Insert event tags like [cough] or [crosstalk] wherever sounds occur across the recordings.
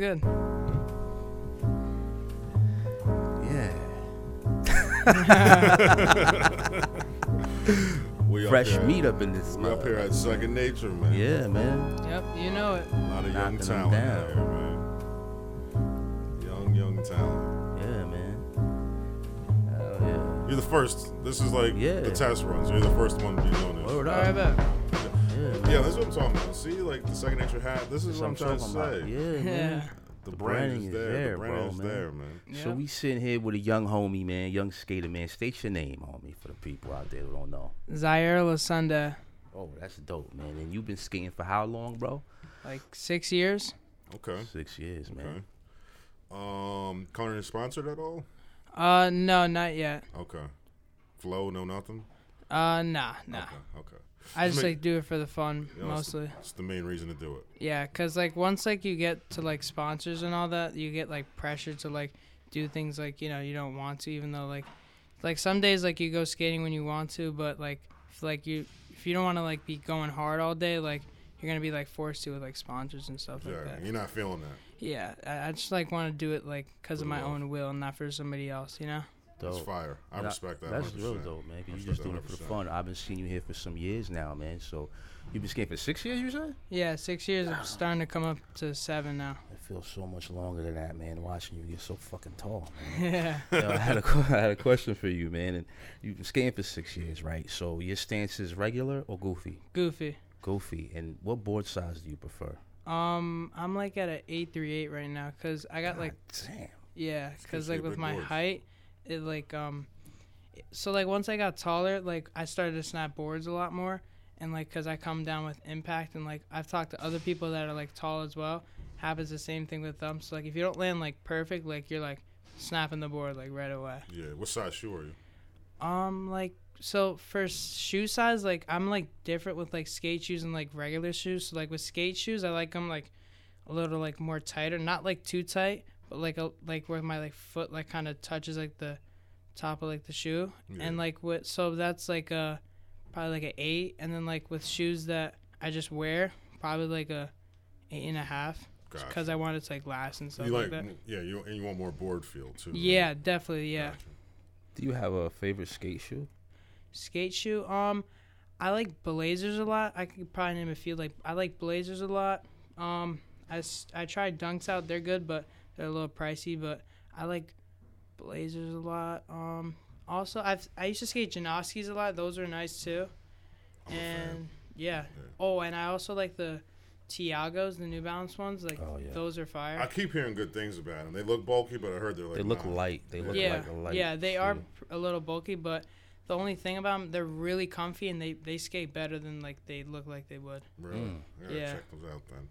Good. Yeah. We up Fresh here- meat up in this We up here mother- at Second Nature, man. Yeah, man. Yep, you know it. A lot of young Knocking 'em talent down. out here, man. Young, young talent. Yeah, man. Hell You're the first. This is like Yeah. the test runs. You're the first one to be doing yeah. this. Word All up. right, bet. Yeah, man. Yeah, that's what I'm talking about. See, like the Second Nature hat. This That's is what I'm what trying to talking say. about. [laughs] Yeah, Yeah. man. The, The brand branding is is there. there, the brand bro, is man. there, man. So Yeah. we sitting here with a young homie, man, young skater, man. State your name, homie, for the people out there who don't know. Zaire Lasunda, Oh, that's dope, man. And you've been skating for how long, bro? like six years. Okay. Six years, man. Okay. Um, Connor is sponsored at all? Uh, no, not yet. Okay. Flow, no nothing. Uh, nah, nah. Okay. Okay. I just mean- like do it for the fun You know, it's the- mostly. It's the main reason to do it. Yeah, cause like once like you get to like sponsors and all that, you get like pressure to like do things like you know you don't want to, even though like like some days like you go skating when you want to, but like if like you if you don't want to like be going hard all day, like you're gonna be like forced to with like sponsors and stuff like Yeah. that. You're not feeling that. Yeah, I, I just like want to do it like because of For the my love. own will, and not for somebody else, you know. It's Dope. fire. I Oh. Nah, respect that. That's real 100%. dope, man. I Cause respect you're just that doing it for the 100%. fun. I've been seeing you here for some years now, man. So you've been skating for six years, you said? Yeah, six years. I'm starting to come up to seven now. It feels so much longer than that, man. Watching you get so fucking tall. yeah. [laughs] Yo, I had a que- I had a question for you, man. And you've been skating for six years, right? So your stance is regular or goofy? [laughs] Goofy. Goofy. And what board size do you prefer? Um, I'm like at a eight three eight right now, cause I got like damn. yeah, good cause shape, like with big my boards. height, it like um, so like once I got taller, like I started to snap boards a lot more, and like cause I come down with impact, and like I've talked to other people that are like tall as well, happens the same thing with them. So like if you don't land like perfect, like you're like snapping the board like right away. Yeah. What size shoe are you? Um, like so for s- shoe size, like I'm like different with like skate shoes and like regular shoes. So like with skate shoes, I like them like a little like more tighter, not like too tight, but like a, like where my like foot like kind of touches like the top of like the shoe. Yeah. And like what so that's like a probably like a eight, and then like with shoes that I just wear, probably like a eight and a half, Gotcha. because I want it to like last and stuff You like, like, that. m- yeah, you and you want more board feel too. right? Yeah, definitely, yeah. Gotcha. Do you have a favorite skate shoe? skate shoe. Um, I like Blazers a lot. I could probably name a few. Like I like Blazers a lot. Um, I, s- I tried Dunks out. They're good, but they're a little pricey. But I like Blazers a lot. Um, also I've I used to skate Janoskis a lot. Those are nice too. Oh, I'm a fan. and yeah. Oh, and I also like the Tiagos, the New Balance ones. Like Oh, yeah. those are fire. I keep hearing good things about them. They look bulky, but I heard they're like They look nah. light. They look yeah, like a light. yeah, they are shoe. pr- a little bulky, but the only thing about them, they're really comfy and they they skate better than like they look like they would. Really? Mm. I gotta Yeah. check those out then.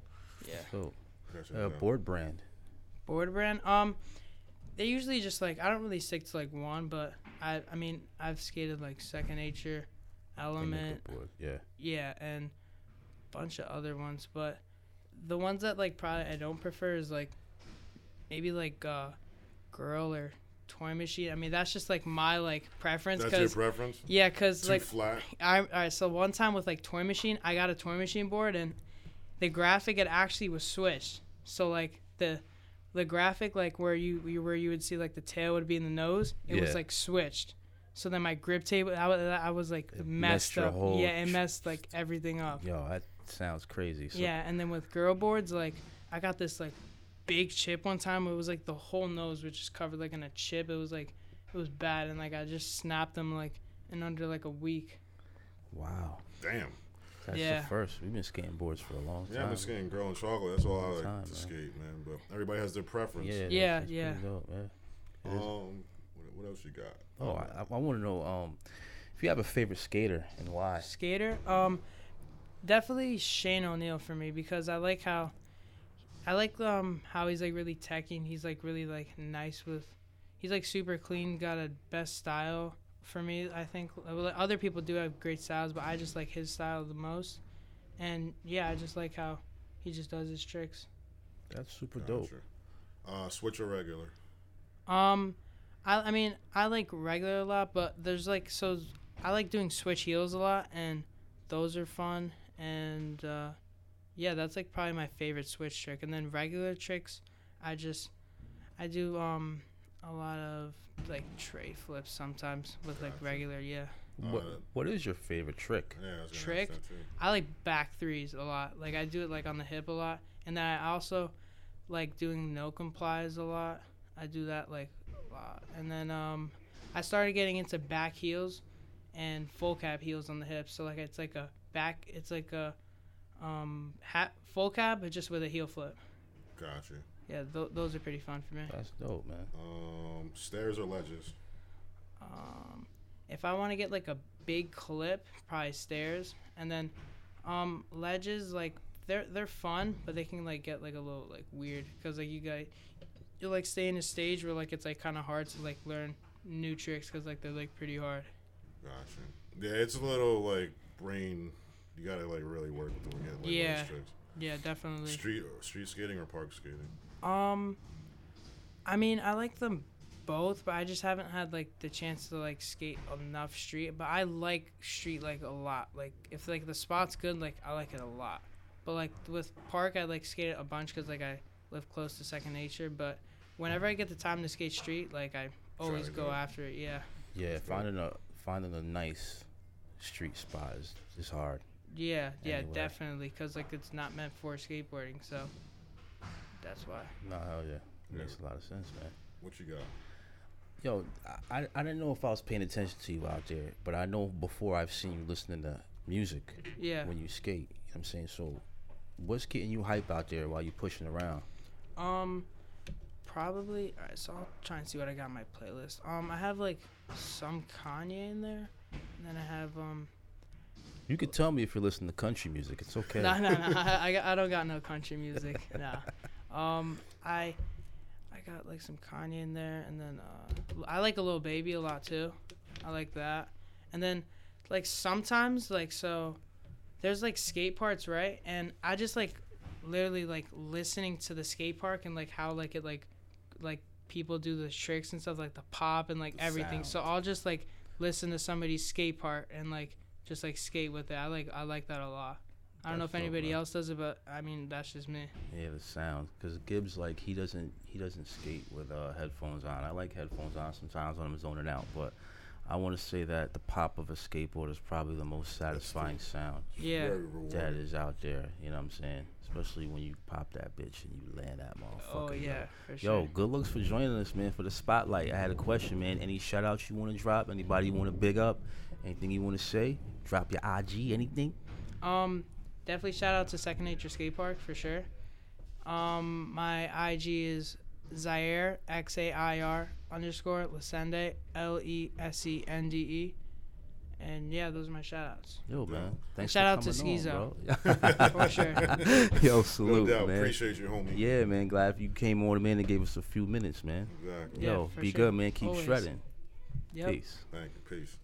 Yeah. So, I gotta check uh, those out. board brand. Board brand, um, they usually just like I don't really stick to like one, but I I mean I've skated like Second Nature, They make Element, good board. Yeah. yeah, and bunch of other ones, but the ones that like probably I don't prefer is like maybe like uh, girl or toy machine. I mean that's just like my like preference That's your because. preference? Yeah, cause Too like flat. I, all right, so one time with like toy machine, I got a toy machine board and the graphic it actually was switched. So like the the graphic like where you you- where you would see like the tail would be in the nose, it Yeah. was like switched. So then my grip tape, I was, I was like It messed messed, your up. whole Yeah, it tr- messed like everything up. Yo, that sounds crazy. So Yeah, and then with girl boards, like I got this like big chip one time. It was like the whole nose was just covered like in a chip. It was like it was bad, and like I just snapped them like in under like a week. Wow. Damn. That's Yeah. the first. We've been skating boards for a long time. Yeah, I've been skating girl and chocolate. That's all I like Time, to man. skate, man. But everybody has their preference. Yeah, Yeah, that's yeah. pretty dope, man. It is- Um, what, what else you got? Oh, I, I want to know um, if you have a favorite skater and why. skater um definitely shane o'neill for me because i like how i like um how he's like really techy and he's like really like nice with he's like super clean got a best style for me i think Well, other people do have great styles but i just like his style the most and yeah i just like how he just does his tricks That's super dope. Gotcha. Uh, switch or regular? Um, I I mean I like regular a lot, but there's like so I like doing switch heels a lot, and those are fun. And uh, yeah, that's like probably my favorite switch trick. And then regular tricks, I just I do um a lot of like tray flips sometimes with like Gotcha. regular yeah. What Alright. what is your favorite trick? Yeah, I was gonna ask Trick? that too. I like back threes a lot. Like I do it like on the hip a lot, and then I also like doing no complies a lot. I do that like a lot, and then um, I started getting into back heels and full cab heels on the hips. So like it's like a back, it's like a um hat full cab, but just with a heel flip. Gotcha. Yeah, th- those are pretty fun for me. That's dope, man. Um, stairs or ledges? Um, if I want to get like a big clip, probably stairs, and then um, ledges like they're they're fun, but they can like get like a little like weird because like you guys you like stay in a stage where like it's like kind of hard to like learn new tricks because like they're like pretty hard. Gotcha. Yeah, it's a little like brain. You gotta like really work with the like, ledge Yeah. tricks. Yeah, definitely. Street street skating or park skating? Um, I mean I like them both, but I just haven't had like the chance to like skate enough street. But I like street like a lot. Like if like the spot's good, like I like it a lot. But like with park, I like skate it a bunch because like I live close to second nature. But whenever I get the time to skate street, like I always to go do it. after it. Yeah, Yeah, finding a finding a nice street spot is, is hard. yeah, yeah, Anyway. definitely. Because like it's not meant for skateboarding, so that's why. No, hell yeah. Yeah. Makes a lot of sense, man. What you got? Yo, I, I- I didn't know if I was paying attention to you out there, but I know before I've seen you listening to music Yeah. when you skate. You know what I'm saying? So what's getting you hype out there while you pushing around? Um, probably. All right, so I'll try and see what I got in my playlist. Um, I have like some Kanye in there, and then I have um. You can tell me if you're listening to country music. It's okay. No, no, [laughs] no. I, I, got- I don't got no country music. nah. Um, I, I got like some Kanye in there, and then uh, I like a little baby a lot too. I like that, and then like sometimes like so, there's like skate parts right, and I just like literally like listening to the skate park and like how like it like like people do the tricks and stuff like the pop and like The everything. sound. So I'll just like listen to somebody's skate part and like just like skate with it. I like I like that a lot. I don't know That's if anybody dope, man. else does it, but I mean that's just me. Yeah, the sound. Cause Gibbs like he doesn't he doesn't skate with uh, headphones on. I like headphones on sometimes when I'm zoning out, but I want to say that the pop of a skateboard is probably the most satisfying sound Yeah. Very that rewarding. is out there. You know what I'm saying? Especially when you pop that bitch and you land that motherfucker. Oh yo. yeah, for Yo, sure. good looks for joining us, man, for the spotlight. I had a question, man. Any shout outs you want to drop? Anybody you want to big up? Anything you want to say? Drop your IG, anything? Um, definitely shout out to Second Nature Skate Park for sure. Um, my IG is Zaire X A I R underscore Lesende L E S E N D E, and yeah, those are my shout outs. Yo, man. Thanks Shout out for to coming Skeezo. on, [laughs] bro. For sure. [laughs] Yo, No salute, doubt. man. Appreciate you, homie. yeah, man. Glad you came on, man, and gave us a few minutes, man. Exactly. Yeah, Yo, for be sure. good, man. Keep Always. shredding. Yep. Peace. Thank you. Peace.